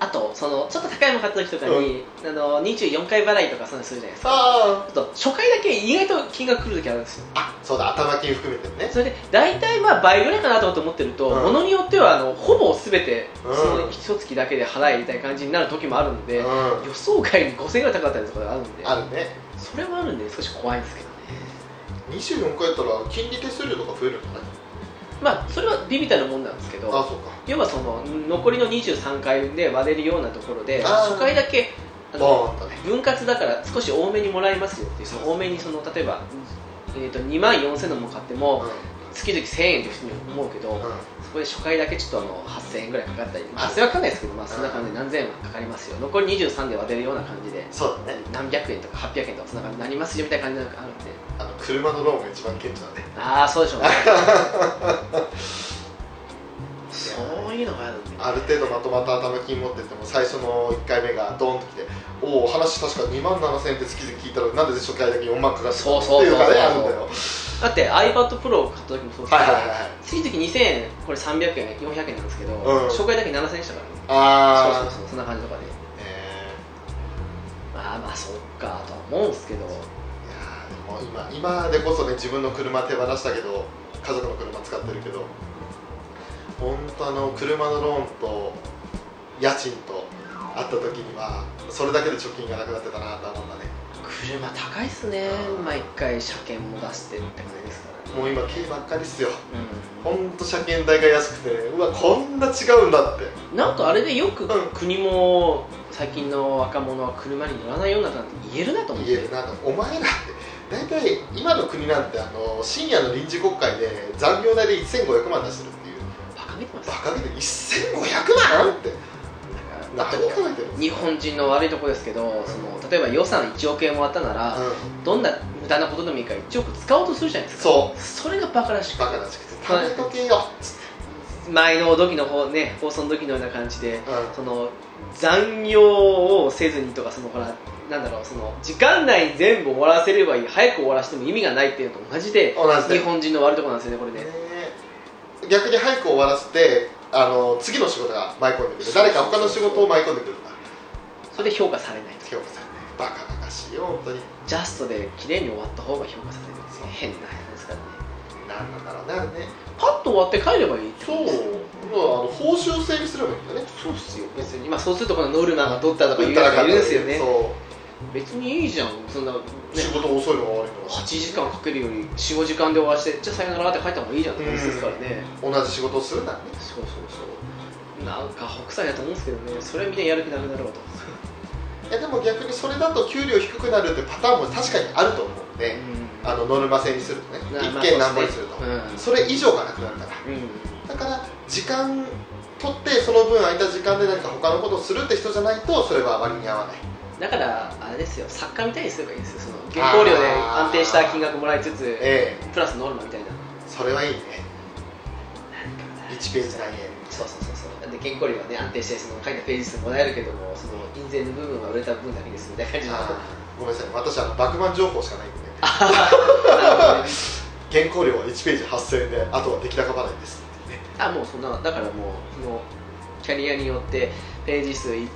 Speaker 2: あとそのちょっと高いもの買った時とかに、あの24回払いとかそういうのするじゃないですか
Speaker 1: さあ
Speaker 2: あと初回だけ意外と金額来る時あるんですよ
Speaker 1: あそうだ頭金含めてね
Speaker 2: それで大体まあ倍ぐらいかなと思ってると、
Speaker 1: うん
Speaker 2: ものによってはあのほぼ全てそ
Speaker 1: うん
Speaker 2: の一月だけで払えみたいな感じになる時もあるんで、
Speaker 1: うん
Speaker 2: 予想外に5000円ぐらい高かったりとかあるんで
Speaker 1: あるね
Speaker 2: それはあるんで少し怖いんですけどね
Speaker 1: 24回やったら金利手数料とか増えるんじゃない
Speaker 2: まあそれはビビたるもんなんですけ
Speaker 1: あ
Speaker 2: ど
Speaker 1: そうか
Speaker 2: 要はその残りの23回で割れるようなところで
Speaker 1: あー
Speaker 2: 初回だけあの
Speaker 1: ボーンとね
Speaker 2: 分割だから少し多めにもらえますよっていうその多めにその例えば、えー、と2万4000のも買って
Speaker 1: うん
Speaker 2: も月々1000円って普通に思うけど、
Speaker 1: うん
Speaker 2: そこで初回だけちょっとあの8000円ぐらいかかったり、まあ、8000円はかかんないですけど、まあ、そんな感じで何千円はかかりますよ残り23で割れるような感じで
Speaker 1: そうだね
Speaker 2: 何百円とか800円とかそんな感じになりますよみたいな感じなのがあるんで
Speaker 1: あの車のローンが一番顕著だね
Speaker 2: ああそうでしょうね そういうのがあるんで、
Speaker 1: ある程度まとまった頭金持ってても最初の1回目がドーンときておお話確か2万7000円って月々聞いたのになんで初回だけ4万かかってた
Speaker 2: そ
Speaker 1: の
Speaker 2: うそうそうそう
Speaker 1: っていうのがねあるんだよ
Speaker 2: だって iPad Pro を買った時もそうですけど、
Speaker 1: はいはいはいはい
Speaker 2: 月々2000円これ300円400円なんですけど、
Speaker 1: うん
Speaker 2: 初回だけ7000円でしたからねそう
Speaker 1: ああ
Speaker 2: そうそうそんな感じとかで
Speaker 1: え
Speaker 2: まあまあそっかとは思うんですけど
Speaker 1: ーいやーでも今今でこそね自分の車手放したけど家族の車使ってるけど本当あの車のローンと家賃とあった時にはそれだけで貯金がなくなってたなと思ったね
Speaker 2: 車高いっすね毎回車検も出してって感じですからね
Speaker 1: もう今軽ばっかりっすよ
Speaker 2: うん
Speaker 1: ほんと車検代が安くてうわこんな違うんだって
Speaker 2: なんかあれでよく
Speaker 1: うん
Speaker 2: 国も最近の若者は車に乗らないようになったなんて言えるなと思っ
Speaker 1: 言え
Speaker 2: て
Speaker 1: るなんかお前らって大体今の国なんてあの深夜の臨時国会で残業代で1500万出してるっていう
Speaker 2: バカ見てます
Speaker 1: バ
Speaker 2: だか
Speaker 1: カげて1500万って
Speaker 2: ら
Speaker 1: 何
Speaker 2: あ
Speaker 1: 考
Speaker 2: と
Speaker 1: えてるんです
Speaker 2: 日本人の悪いとこですけどその例えば予算1億円もらったなら
Speaker 1: か、
Speaker 2: どんな無駄なことでもいいから1億使おうとするじゃないですか
Speaker 1: そ
Speaker 2: それがバカらし
Speaker 1: う
Speaker 2: く
Speaker 1: バカらしくて食べとけよ、
Speaker 2: 前の時の方ね放送の時のような感じで
Speaker 1: うん
Speaker 2: その残業をせずにとかそのほらなんだろうその時間内に全部終わらせればいい早く終わらせても意味がないっていうのと同じで
Speaker 1: 同じで
Speaker 2: 日本人の悪いところなんですよねこれね
Speaker 1: ね逆に早く終わらせてあの次の仕事が舞い込んでくる誰か他の仕事を舞い込んでくるんだ
Speaker 2: それで評価されないと
Speaker 1: 京子さんねバカバカしいよ本当に
Speaker 2: ジャストで綺麗に終わった方が評価されるんですよ
Speaker 1: そう
Speaker 2: 変な話ですからね
Speaker 1: 何なんだろうねあれね
Speaker 2: パッと終わって帰ればいいって
Speaker 1: そうまああの報酬制にすればいいんだねそうっすよ
Speaker 2: 別に今そうするとこのノルマが取ったとか言うやつがいるんですよね別にいいじゃんそんな、ね、
Speaker 1: 仕事遅いのが悪いの
Speaker 2: 8時間かけるより45時間で終わらせてじゃあさよならって帰った方がいいじゃんって話ですからね
Speaker 1: 同じ仕事をするならね
Speaker 2: そうそうそうなんか北斎だと思うんですけどねそれみんなやる気なくなるわと、
Speaker 1: いやでも逆にそれだと給料低くなるってパターンも確かにあると思うんで、あのノルマ制にするとね
Speaker 2: な
Speaker 1: 一
Speaker 2: まあ
Speaker 1: 件何本にすると、
Speaker 2: うん、
Speaker 1: それ以上がなくなるから
Speaker 2: うん
Speaker 1: だから時間取ってその分空いた時間で何か他のことをするって人じゃないとそれは割に合わない
Speaker 2: だからあれですよ作家みたいにすればいいですよその原稿料で安定した金額もらいつつ
Speaker 1: ええ
Speaker 2: プラスノルマみたいな
Speaker 1: それはいいね1ページ何円
Speaker 2: そうそうそうそうで原稿料はね安定してその書いたページ数もらえるけどもその印税の部分は売れた分だけですみたいな感じの
Speaker 1: あーごめんなさい私あの爆満情報しかないんで原稿料は1ページ8000円であとは出来高払いです
Speaker 2: あもうそんなだからもうそのキャリアによってページ数い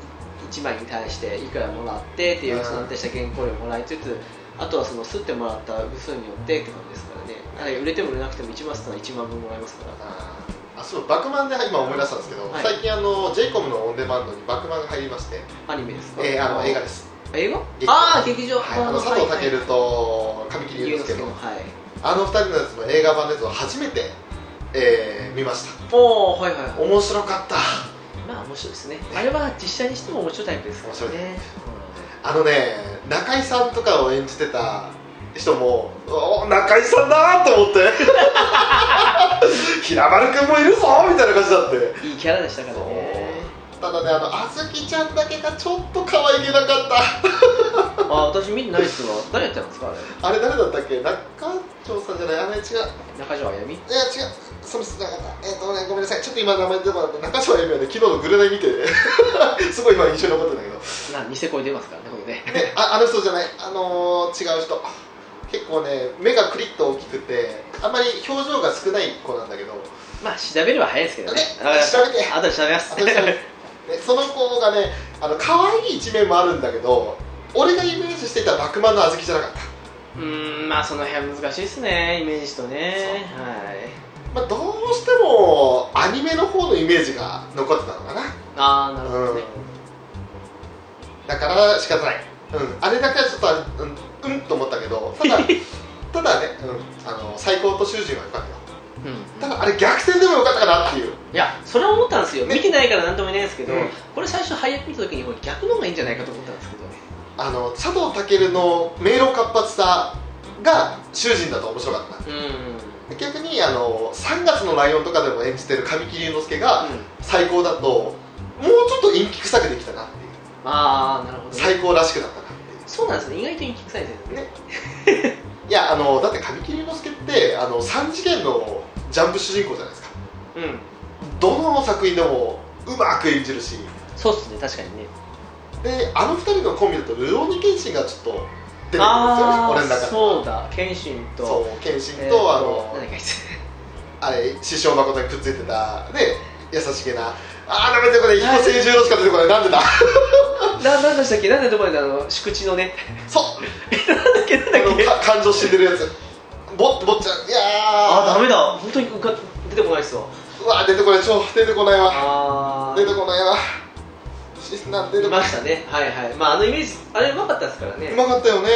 Speaker 2: 1枚に対していくらもらってっていう
Speaker 1: うん
Speaker 2: 安定した原稿料もらいつつあとはその吸ってもらった部数によってって感じですからねだから売れても売れなくても1万吸ったら1万分もらえますから
Speaker 1: あーあそうバクマンで今思い出したんですけど、
Speaker 2: はい
Speaker 1: 最近あの j イコムのオンデマンドにバクマンが入りまして、
Speaker 2: アニメですか、
Speaker 1: えーあの映画です、
Speaker 2: 映画
Speaker 1: 劇場
Speaker 2: ああ劇場、
Speaker 1: はい、あの佐藤健と神木隆之介
Speaker 2: の
Speaker 1: の
Speaker 2: はい
Speaker 1: あの2人のやつの映画版のやつを初めて、えー見ました
Speaker 2: おおはいはいはい
Speaker 1: 面白かった
Speaker 2: まあ面白いですねあれは実写にしても面白いタイプですからね
Speaker 1: あのね中井さんとかを演じてた人もお中井さんだーと思って平丸君もいるぞみたいな感じだって
Speaker 2: うんいいキャラでしたから
Speaker 1: そう
Speaker 2: ね
Speaker 1: ただねあのあずきちゃんだけがちょっと可愛げなかっ
Speaker 2: あ私見てないっすわ誰やってたんですかあれ
Speaker 1: たあれ誰だったっけ中条さんじゃないあれ違ういや違う
Speaker 2: 中条あやみ
Speaker 1: その人じゃなかったえっ、とねごめんなさいちょっと今名前出てこなかった中条あやみはね 昨日のグルナイ見てねすごい今印象に残ってんだけど、
Speaker 2: なニセコに出ますからねこれね
Speaker 1: ね、 ああの人じゃないあのー違う人結構ね目がクリッと大きくてあんまり表情が少ない子なんだけど
Speaker 2: まあ調べれば早いですけどね
Speaker 1: ね
Speaker 2: わかりました
Speaker 1: 調べて
Speaker 2: 後で調べます
Speaker 1: あの人 ねその子がねあの可愛い一面もあるんだけど俺がイメージしていたバクマンのあずきじゃなかった
Speaker 2: うーんまあその辺は難しいですねイメージとねはい
Speaker 1: まあ、どうしてもアニメの方のイメージが残ってたのかな、
Speaker 2: ああなるほど
Speaker 1: うん
Speaker 2: ね、、
Speaker 1: だから仕方ない、うん、あれだけはちょっとあれうん、うんと思ったけどただ ただね、うん、あの最高と囚人は良かったよ
Speaker 2: うん
Speaker 1: ただあれ逆転でも良かったかなっていう
Speaker 2: いやそれは思ったんですよ
Speaker 1: ね
Speaker 2: 見てないから何とも言えないですけど、
Speaker 1: うん
Speaker 2: これ最初配役見た時にこれ逆の方がいいんじゃないかと思ったんですけどね
Speaker 1: あの佐藤健の迷路活発さが囚人だと面白かったな
Speaker 2: うん
Speaker 1: 逆にあの3月のライオンとかでも演じてる神木隆之介が
Speaker 2: うん
Speaker 1: 最高だともうちょっと陰気臭くできたなっていう
Speaker 2: ああなるほど、ね、
Speaker 1: 最高らしくなったなっていう
Speaker 2: そうなんですね意外と陰気臭いですよね
Speaker 1: ねいやあのだって神木隆之介ってあの3次元のジャンプ主人公じゃないですか
Speaker 2: うん
Speaker 1: どの作品でもうまく演じるし
Speaker 2: そうっすね確かにね
Speaker 1: であの2人のコンビだとルローニケンシンがちょっと出てくるんですよね
Speaker 2: あ
Speaker 1: 俺
Speaker 2: あ
Speaker 1: の中で
Speaker 2: そうだ謙信と
Speaker 1: そう謙信と、
Speaker 2: えーと
Speaker 1: あの
Speaker 2: 何だっけあいつ
Speaker 1: あれ師匠誠にくっついてたで優しげなあーダメだこれ彦星十郎しか出てこないなんでだ
Speaker 2: ななんでしたっけなんでどこまであの宿地のね
Speaker 1: そう
Speaker 2: なんだっけなんだっけ
Speaker 1: あのか感情死んでるやつぼぼっちゃんいやー
Speaker 2: あーダメだ本当にうか出てこないっすわ
Speaker 1: うわー出てこない超出てこないわ
Speaker 2: あ
Speaker 1: 出てこないわ話なんでで
Speaker 2: い
Speaker 1: も
Speaker 2: ましたねはいはいまああのイメージあれうまかったですからね
Speaker 1: うまかったよね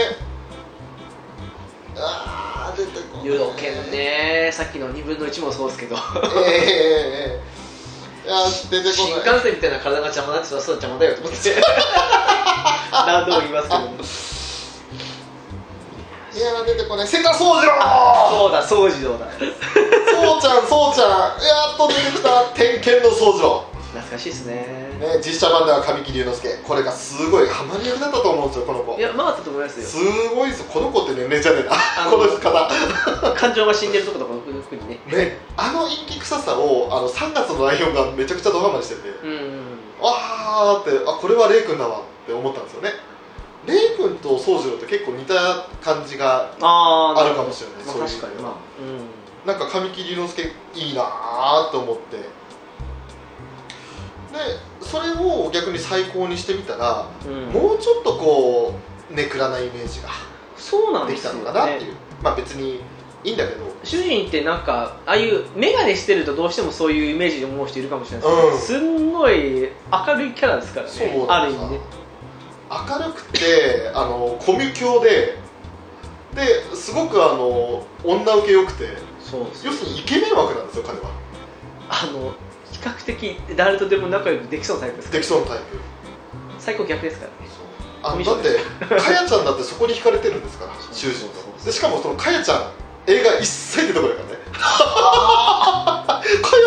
Speaker 1: ああ出てこない
Speaker 2: 誘導券ねさっきの2分の1もそうですけど
Speaker 1: ええええええいや出てこ
Speaker 2: 新
Speaker 1: ない
Speaker 2: 幹線みたいな体が邪魔になってたらそう邪魔だよと思って 何度も言いますけども
Speaker 1: いや出てこないセカそうじろ
Speaker 2: そうだ総自動だ
Speaker 1: そうちゃんそうちゃんやっと出てきた点検のそうじろ
Speaker 2: 懐かしいですね
Speaker 1: ね、実写版では神木隆之介これがすごいハマり役だったと思うんですよこの子
Speaker 2: いやうまかったと思いますよ
Speaker 1: すごいですよこの子って年齢じゃねえな
Speaker 2: あ
Speaker 1: こ
Speaker 2: の
Speaker 1: の方
Speaker 2: 感情が死んでるとことかの服にね
Speaker 1: ねあの陰気臭さをあの3月のライオンがめちゃくちゃドハマりしてて
Speaker 2: うんうんうん
Speaker 1: わーってあこれはレイ君だわって思ったんですよねレイ君と宗次郎って結構似た感じが
Speaker 2: あー
Speaker 1: あるかもしれない
Speaker 2: まあ
Speaker 1: そういう
Speaker 2: 確かにまあう
Speaker 1: なんか神木隆之介いいなーと思ってでそれを逆に最高にしてみたら、
Speaker 2: んうん
Speaker 1: もうちょっとこうネクラなイメージが
Speaker 2: そうなん
Speaker 1: で
Speaker 2: で
Speaker 1: き
Speaker 2: す
Speaker 1: た
Speaker 2: よ
Speaker 1: のかなってい
Speaker 2: ね
Speaker 1: う、まあ別にいいんだけど
Speaker 2: 主人ってなんかああいう眼鏡してるとどうしてもそういうイメージで思う人いるかもしれないですけど、すんごい明るいキャラですから
Speaker 1: そう
Speaker 2: ねある意味ね
Speaker 1: 明るくてあのコミュ強でですごくあの女受け良くて
Speaker 2: そうそう
Speaker 1: 要するにイケメン枠なんですよ彼は
Speaker 2: あの比較的誰とでも仲良くできそうなタイプですか
Speaker 1: で
Speaker 2: ら
Speaker 1: きそうなタイプ
Speaker 2: 最高逆ですからね
Speaker 1: あ
Speaker 2: コ
Speaker 1: の
Speaker 2: ミュ
Speaker 1: だっ
Speaker 2: 障で
Speaker 1: てかやちゃんだってそこに惹かれてるんですから
Speaker 2: そう
Speaker 1: 囚人
Speaker 2: そうそ
Speaker 1: と
Speaker 2: う
Speaker 1: でしかもそのかやちゃん映画一切出てこないからねか や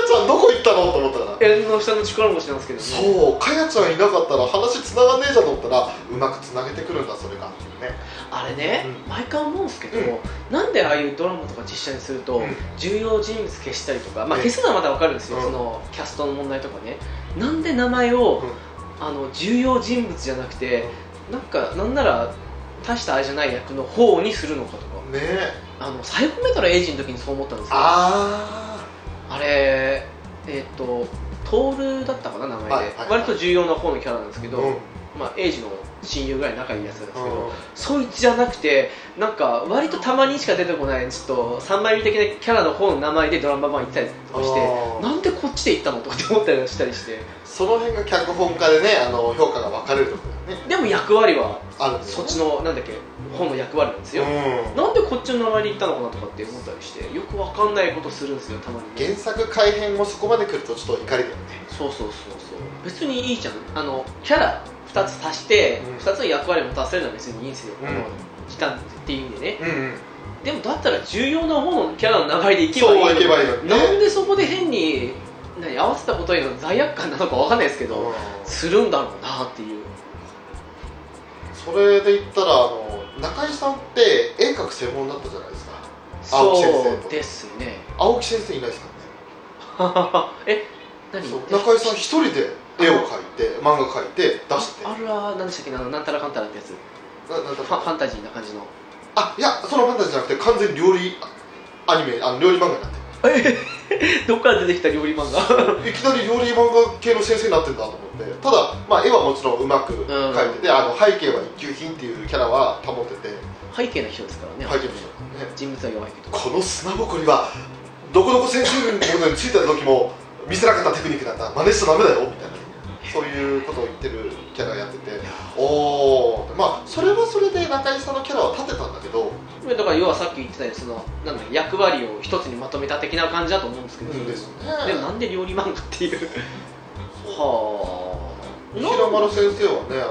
Speaker 1: ちゃんどこ行ったのと思ったから
Speaker 2: 縁の下の力持ちなんですけどね
Speaker 1: そうかやちゃんいなかったら話つながねえじゃんと思ったらうまくつなげてくるんだそれがっていうね
Speaker 2: あれね、
Speaker 1: う
Speaker 2: 毎回思うんですけど、
Speaker 1: うん
Speaker 2: なんでああいうドラマとか実写にすると、
Speaker 1: うん
Speaker 2: 重要人物消したりとか、まあ、
Speaker 1: ええ
Speaker 2: 消すのはまだわかるんですよ、
Speaker 1: うん
Speaker 2: そのキャストの問題とかねなんで名前を、あの重要人物じゃなくてなんかなんなら大したあれじゃない役の方にするのかとか
Speaker 1: ねえ
Speaker 2: あの最後メタルエイジの時にそう思ったんですけどあ
Speaker 1: あ
Speaker 2: れえっ、とトールだったかな名前で、
Speaker 1: はいはいはい
Speaker 2: 割と重要な方のキャラなんですけ
Speaker 1: あ
Speaker 2: ど、まあ、エイジの親友ぐらい仲いいやつなんですけど、
Speaker 1: うん
Speaker 2: そいつじゃなくてなんか割とたまにしか出てこないちょっと三枚目的なキャラの方の名前でドラマ版行ったりとかして
Speaker 1: あー
Speaker 2: なんでこっちで行ったのとかって思ったりしたりして
Speaker 1: その辺が脚本家でねあの評価が分かれるところね
Speaker 2: でも役割は
Speaker 1: あるんです
Speaker 2: そ
Speaker 1: よ
Speaker 2: っ
Speaker 1: ね
Speaker 2: ちのなんだっけ方の役割なんですよ、
Speaker 1: うん
Speaker 2: なんでこっちの名前で行ったのかなとかって思ったりしてよくわかんないことするんですよたまに、
Speaker 1: 原
Speaker 2: ね、
Speaker 1: 作改編もそこまで来るとちょっと怒りだよね
Speaker 2: そうそうそうそう別にいいじゃんあのキャラ2つ足して、
Speaker 1: うん
Speaker 2: 2つの役割も足せるのは別にいいんですよ、
Speaker 1: うん
Speaker 2: あの来たっていう意味でね
Speaker 1: うんうん
Speaker 2: でもだったら重要な方のキャラの名前で行けば
Speaker 1: そう
Speaker 2: いいの
Speaker 1: い
Speaker 2: に
Speaker 1: けばいいのにね
Speaker 2: なんでそこで変に何合わせたことへの罪悪感なのかわかんないですけど、
Speaker 1: うん
Speaker 2: するんだろうなっていう
Speaker 1: それで言ったらあの中井さんって絵描く専門だったじゃないですか青木先生
Speaker 2: そうですね
Speaker 1: 青木先生いないですから
Speaker 2: え
Speaker 1: ね
Speaker 2: 何
Speaker 1: そう中井さん一人で絵を描いて漫画描いて出して
Speaker 2: ああるあ何でしたっけあのなんたらかんたらってやつ
Speaker 1: ななんだ
Speaker 2: フ
Speaker 1: ろ
Speaker 2: ァ
Speaker 1: う
Speaker 2: ファンタジーな感じの
Speaker 1: あいやそのファンタジーじゃなくて完全に料理アニメあの料理漫画になって
Speaker 2: どっから出てきた料理漫画
Speaker 1: いきなり料理漫画系の先生になってんだと思ってただ、まあ、絵はもちろんうまく描いてて、あの背景は一級品っていうキャラは保ってて
Speaker 2: 背景の人ですからね、
Speaker 1: 背景もそうだね
Speaker 2: 人物は弱いけど
Speaker 1: この砂ぼこりはどこどこ先生のものについた時も見せなかったテクニックなんだ真似しちゃダメだよみたいなそういうことを言ってるキャラやってておおまあそれはそれで中井さんのキャラは立てたんだけど
Speaker 2: だから要はさっき言ってたようにそのなんだろう役割を一つにまとめた的な感じだと思うんですけど、
Speaker 1: うんですね
Speaker 2: でもなんで料理漫画っていうはあ
Speaker 1: 平丸先生はねあの、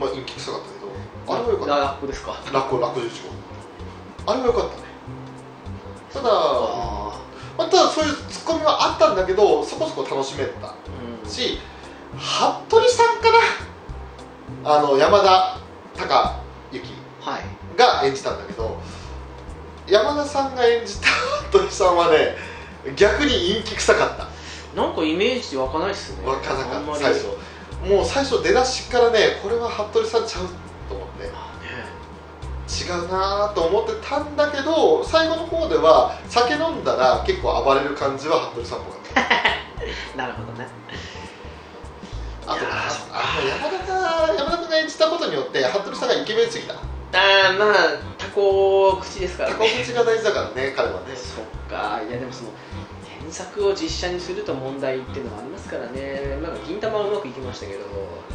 Speaker 1: まあ、陰気臭かったけどあれはよかった
Speaker 2: ラッコですか
Speaker 1: 落語落語十号あれは良かったねただ,、ま
Speaker 2: あ
Speaker 1: あ、ただそういうツッコミはあったんだけどそこそこ楽しめた
Speaker 2: あうん
Speaker 1: し服部さんかなあの山田孝之
Speaker 2: はい
Speaker 1: が演じたんだけど山田さんが演じた服部さんはね逆に陰気臭かった
Speaker 2: なんかイメージ湧かないっすね
Speaker 1: 湧かなか
Speaker 2: あん
Speaker 1: っ
Speaker 2: ま
Speaker 1: た
Speaker 2: り
Speaker 1: 最初もう最初出だしからねこれは服部さんちゃうと思って
Speaker 2: まあね
Speaker 1: 違うなと思ってたんだけど最後の方では酒飲んだら結構暴れる感じは服部さんっぽかった
Speaker 2: なるほどね
Speaker 1: あと
Speaker 2: いやーそっか
Speaker 1: あの山田が山田君が演じたことによって服部さんがイケメンすぎた
Speaker 2: ああまあタコ口ですから
Speaker 1: タコ
Speaker 2: ね
Speaker 1: 口が大事だからね彼はね
Speaker 2: そっかいやでもその作を実写にすると問題っていうのはありますからねなんか銀玉はうまくいきましたけど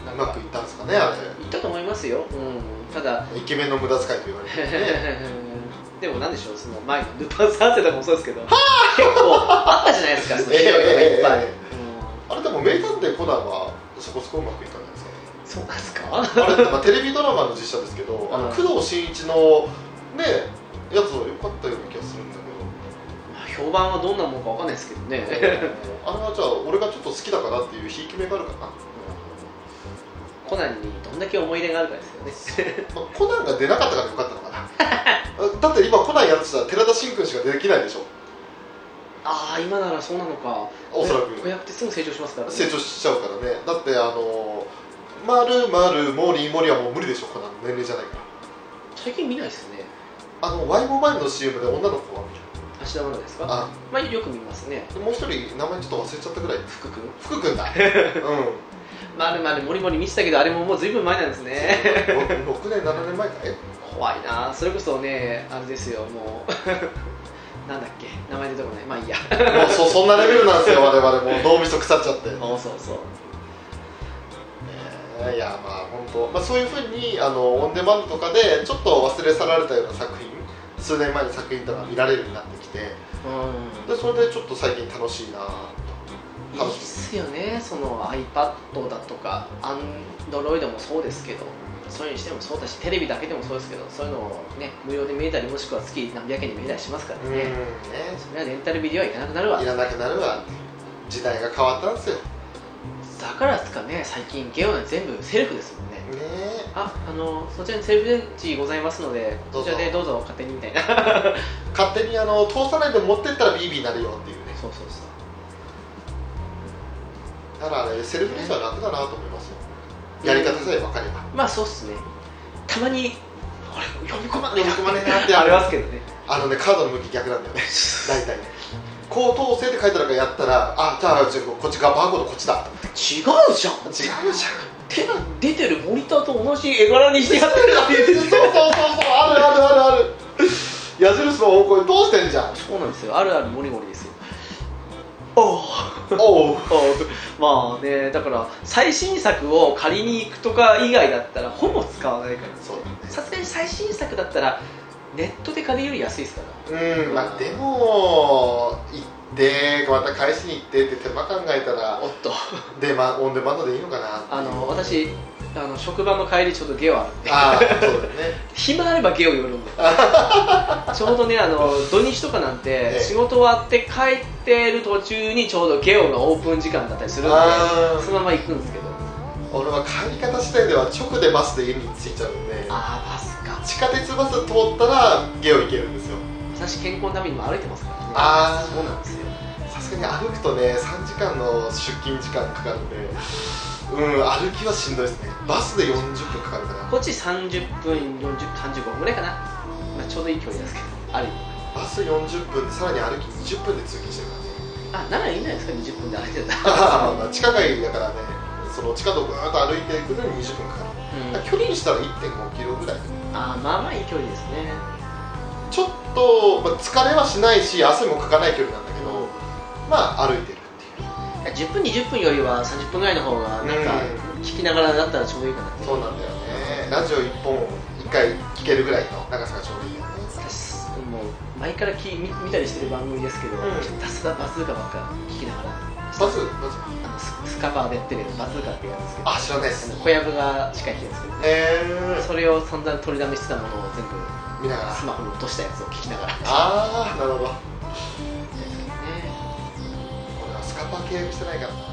Speaker 2: な
Speaker 1: うんま
Speaker 2: か
Speaker 1: くいったんですかねあれ
Speaker 2: いったと思いますよ、うん、ただ
Speaker 1: イケメンの無駄遣いと言われてね
Speaker 2: でもなんでしょうその前のルパン三世とかもそうですけど結構あったじゃないですかそのヒロインがいっぱい、
Speaker 1: えええええあれでも名探偵コナンはそこそこうまくいったんじゃないですか
Speaker 2: うん、そうなんですか
Speaker 1: あれってまあテレビドラマの実写ですけど、あの
Speaker 2: うん
Speaker 1: 工藤新一のねやつは良かったような気がするんだ
Speaker 2: 評判はどんなもんかわかんないですけどね、
Speaker 1: けどあれはじゃあ俺がちょっと好きだからっていうひいき目があるかな、ま
Speaker 2: コナンにどんだけ思い入れがあるかですよ ね
Speaker 1: あコナンが出なかったから良かったのかな だって今コナンやるとしたら寺田真君しかできないでしょ
Speaker 2: ああ今ならそうなのか
Speaker 1: おそら
Speaker 2: 子
Speaker 1: く
Speaker 2: 役ってすぐ成長しますからね
Speaker 1: 成長しちゃうからねだってあのまるまるモリモリはもう無理でしょコナンの年齢じゃないから
Speaker 2: 最近見ないですね
Speaker 1: あのワイモバイルの CM で女の子は見る
Speaker 2: 芦田愛菜ですか
Speaker 1: あ
Speaker 2: まあよく見ますね
Speaker 1: でもう一人名前ちょっと忘れちゃったぐらい
Speaker 2: 福君
Speaker 1: 福君だうん
Speaker 2: まるまるもりもり見てたけどあれももうずいぶん前なんですね
Speaker 1: ろ6年7年前かえ
Speaker 2: 怖いなそれこそねあれですよもう なんだっけ名前出てこないまあいいや
Speaker 1: もうそそんなレベルなんですよ我々もう脳みそ腐っちゃって、ね
Speaker 2: そうそうそう
Speaker 1: えいやまあ本当、まあ、そういうふうにあのオンデマンドとかでちょっと忘れ去られたような作品数年前の作品とか見られるようになってきて
Speaker 2: う
Speaker 1: でそれでちょっと最近楽しいなと
Speaker 2: んいいっすよねその iPad だとか Android もそうですけどそういうにしてもそうだしテレビだけでもそうですけどそういうのをね無料で見れたりもしくは月何百円で見れたりしますから
Speaker 1: うん
Speaker 2: ね
Speaker 1: ね、
Speaker 2: それはレンタルビデオはいらなくなるわ
Speaker 1: いらなくなるわ時代が変わったんですよね
Speaker 2: だからですかね最近ゲオなんて全部セルフですもんね
Speaker 1: え
Speaker 2: ああのそちらにセルフレンチございますので
Speaker 1: どう
Speaker 2: そ
Speaker 1: ぞ
Speaker 2: ちらでどうぞ勝手にみた いな
Speaker 1: 勝手にあの通さないで持ってったらビービーになるよっていうね
Speaker 2: そうそうそう
Speaker 1: だからあれセルフレジは楽だなと思いますよやり方さえ分かれば
Speaker 2: まあそうっすねたまにあれ読み込まない
Speaker 1: 読み
Speaker 2: な
Speaker 1: 込まねえなっ て
Speaker 2: あ
Speaker 1: あ
Speaker 2: り
Speaker 1: れは
Speaker 2: ますけどね
Speaker 1: あのねカードの向き逆なんだよね大体ね高等生って書いてあるからやったらあじゃあこっちがバーコードこっちだ
Speaker 2: 違うじゃん
Speaker 1: 違うじゃんそ
Speaker 2: 手が出てるモニターと同じ絵柄にしてやってるなんて言って
Speaker 1: う そう
Speaker 2: て
Speaker 1: そうそうあるあるあるある矢印の方向に通してんじゃん
Speaker 2: そうなんですよあるあるモリモリですよおう
Speaker 1: おう
Speaker 2: まあねだから最新作を借りに行くとか以外だったら本も使わないから
Speaker 1: そう
Speaker 2: さすがに最新作だったらネットで借りるより安いですから
Speaker 1: うんまあでも行ってまた返しに行ってって手間考えたら
Speaker 2: おっと
Speaker 1: で、ま、オンデマンドでいいのかなってい
Speaker 2: あ
Speaker 1: う
Speaker 2: の私あの職場の帰りちょっとゲオあるんで
Speaker 1: ああそうだよね
Speaker 2: 暇あればゲオ寄るん でちょうどねあの土日とかなん
Speaker 1: ええ
Speaker 2: て仕事終わって帰ってる途中にちょうどゲオがオープン時間だったりするんで
Speaker 1: あー
Speaker 2: そのまま行くんですけど
Speaker 1: 俺は帰り方次第では直でバスで家に着いちゃうんで
Speaker 2: ああバスか
Speaker 1: 地下鉄バス通ったらゲオ行けるんですよ
Speaker 2: 私健康のためにも歩いてますからね
Speaker 1: あー
Speaker 2: そうなんですよ
Speaker 1: さすがに歩くとね3時間の出勤時間かかるんでうん歩きはしんどいですねバスで40分かかるかな
Speaker 2: こっち30分40分35分ぐらいかな、まあ、ちょうどいい距離ですけどある意味
Speaker 1: バス40分でさらに歩き20分で通勤してるか
Speaker 2: あ
Speaker 1: らね
Speaker 2: ならいいんじゃないですか20分で歩いてた
Speaker 1: あー まあ地下街だからねその地下道ぐーっと歩いていくのに20分かかる
Speaker 2: うん
Speaker 1: だから距離にしたら1.5キロぐらい
Speaker 2: あーまあまあいい距離ですね
Speaker 1: ちょっと、まあ、疲れはしないし汗もかかない距離なんだけどまあ歩いてるっていう
Speaker 2: 10分20分よりは30分ぐらいの方がなんか
Speaker 1: う
Speaker 2: 聞きながらだったらちょうどいいかなって
Speaker 1: そうなんだよねラジオ1本1回聴けるぐらいの長さがちょうどいいよね
Speaker 2: 私もう前からき見見たりしてる番組ですけど、
Speaker 1: うん
Speaker 2: ひたすらバズーカばっか聞きながら
Speaker 1: バスバス
Speaker 2: あのススカパーでやってるやつバズーカってやつですけどあ
Speaker 1: あ知らないです
Speaker 2: の小籔が司会してるんですけどね
Speaker 1: え
Speaker 2: それを散々取りだめしてたものを全部
Speaker 1: ー、見ながら
Speaker 2: スマホに落としたやつを聞きながらね
Speaker 1: ああなるほど俺はスカパー契約してないからな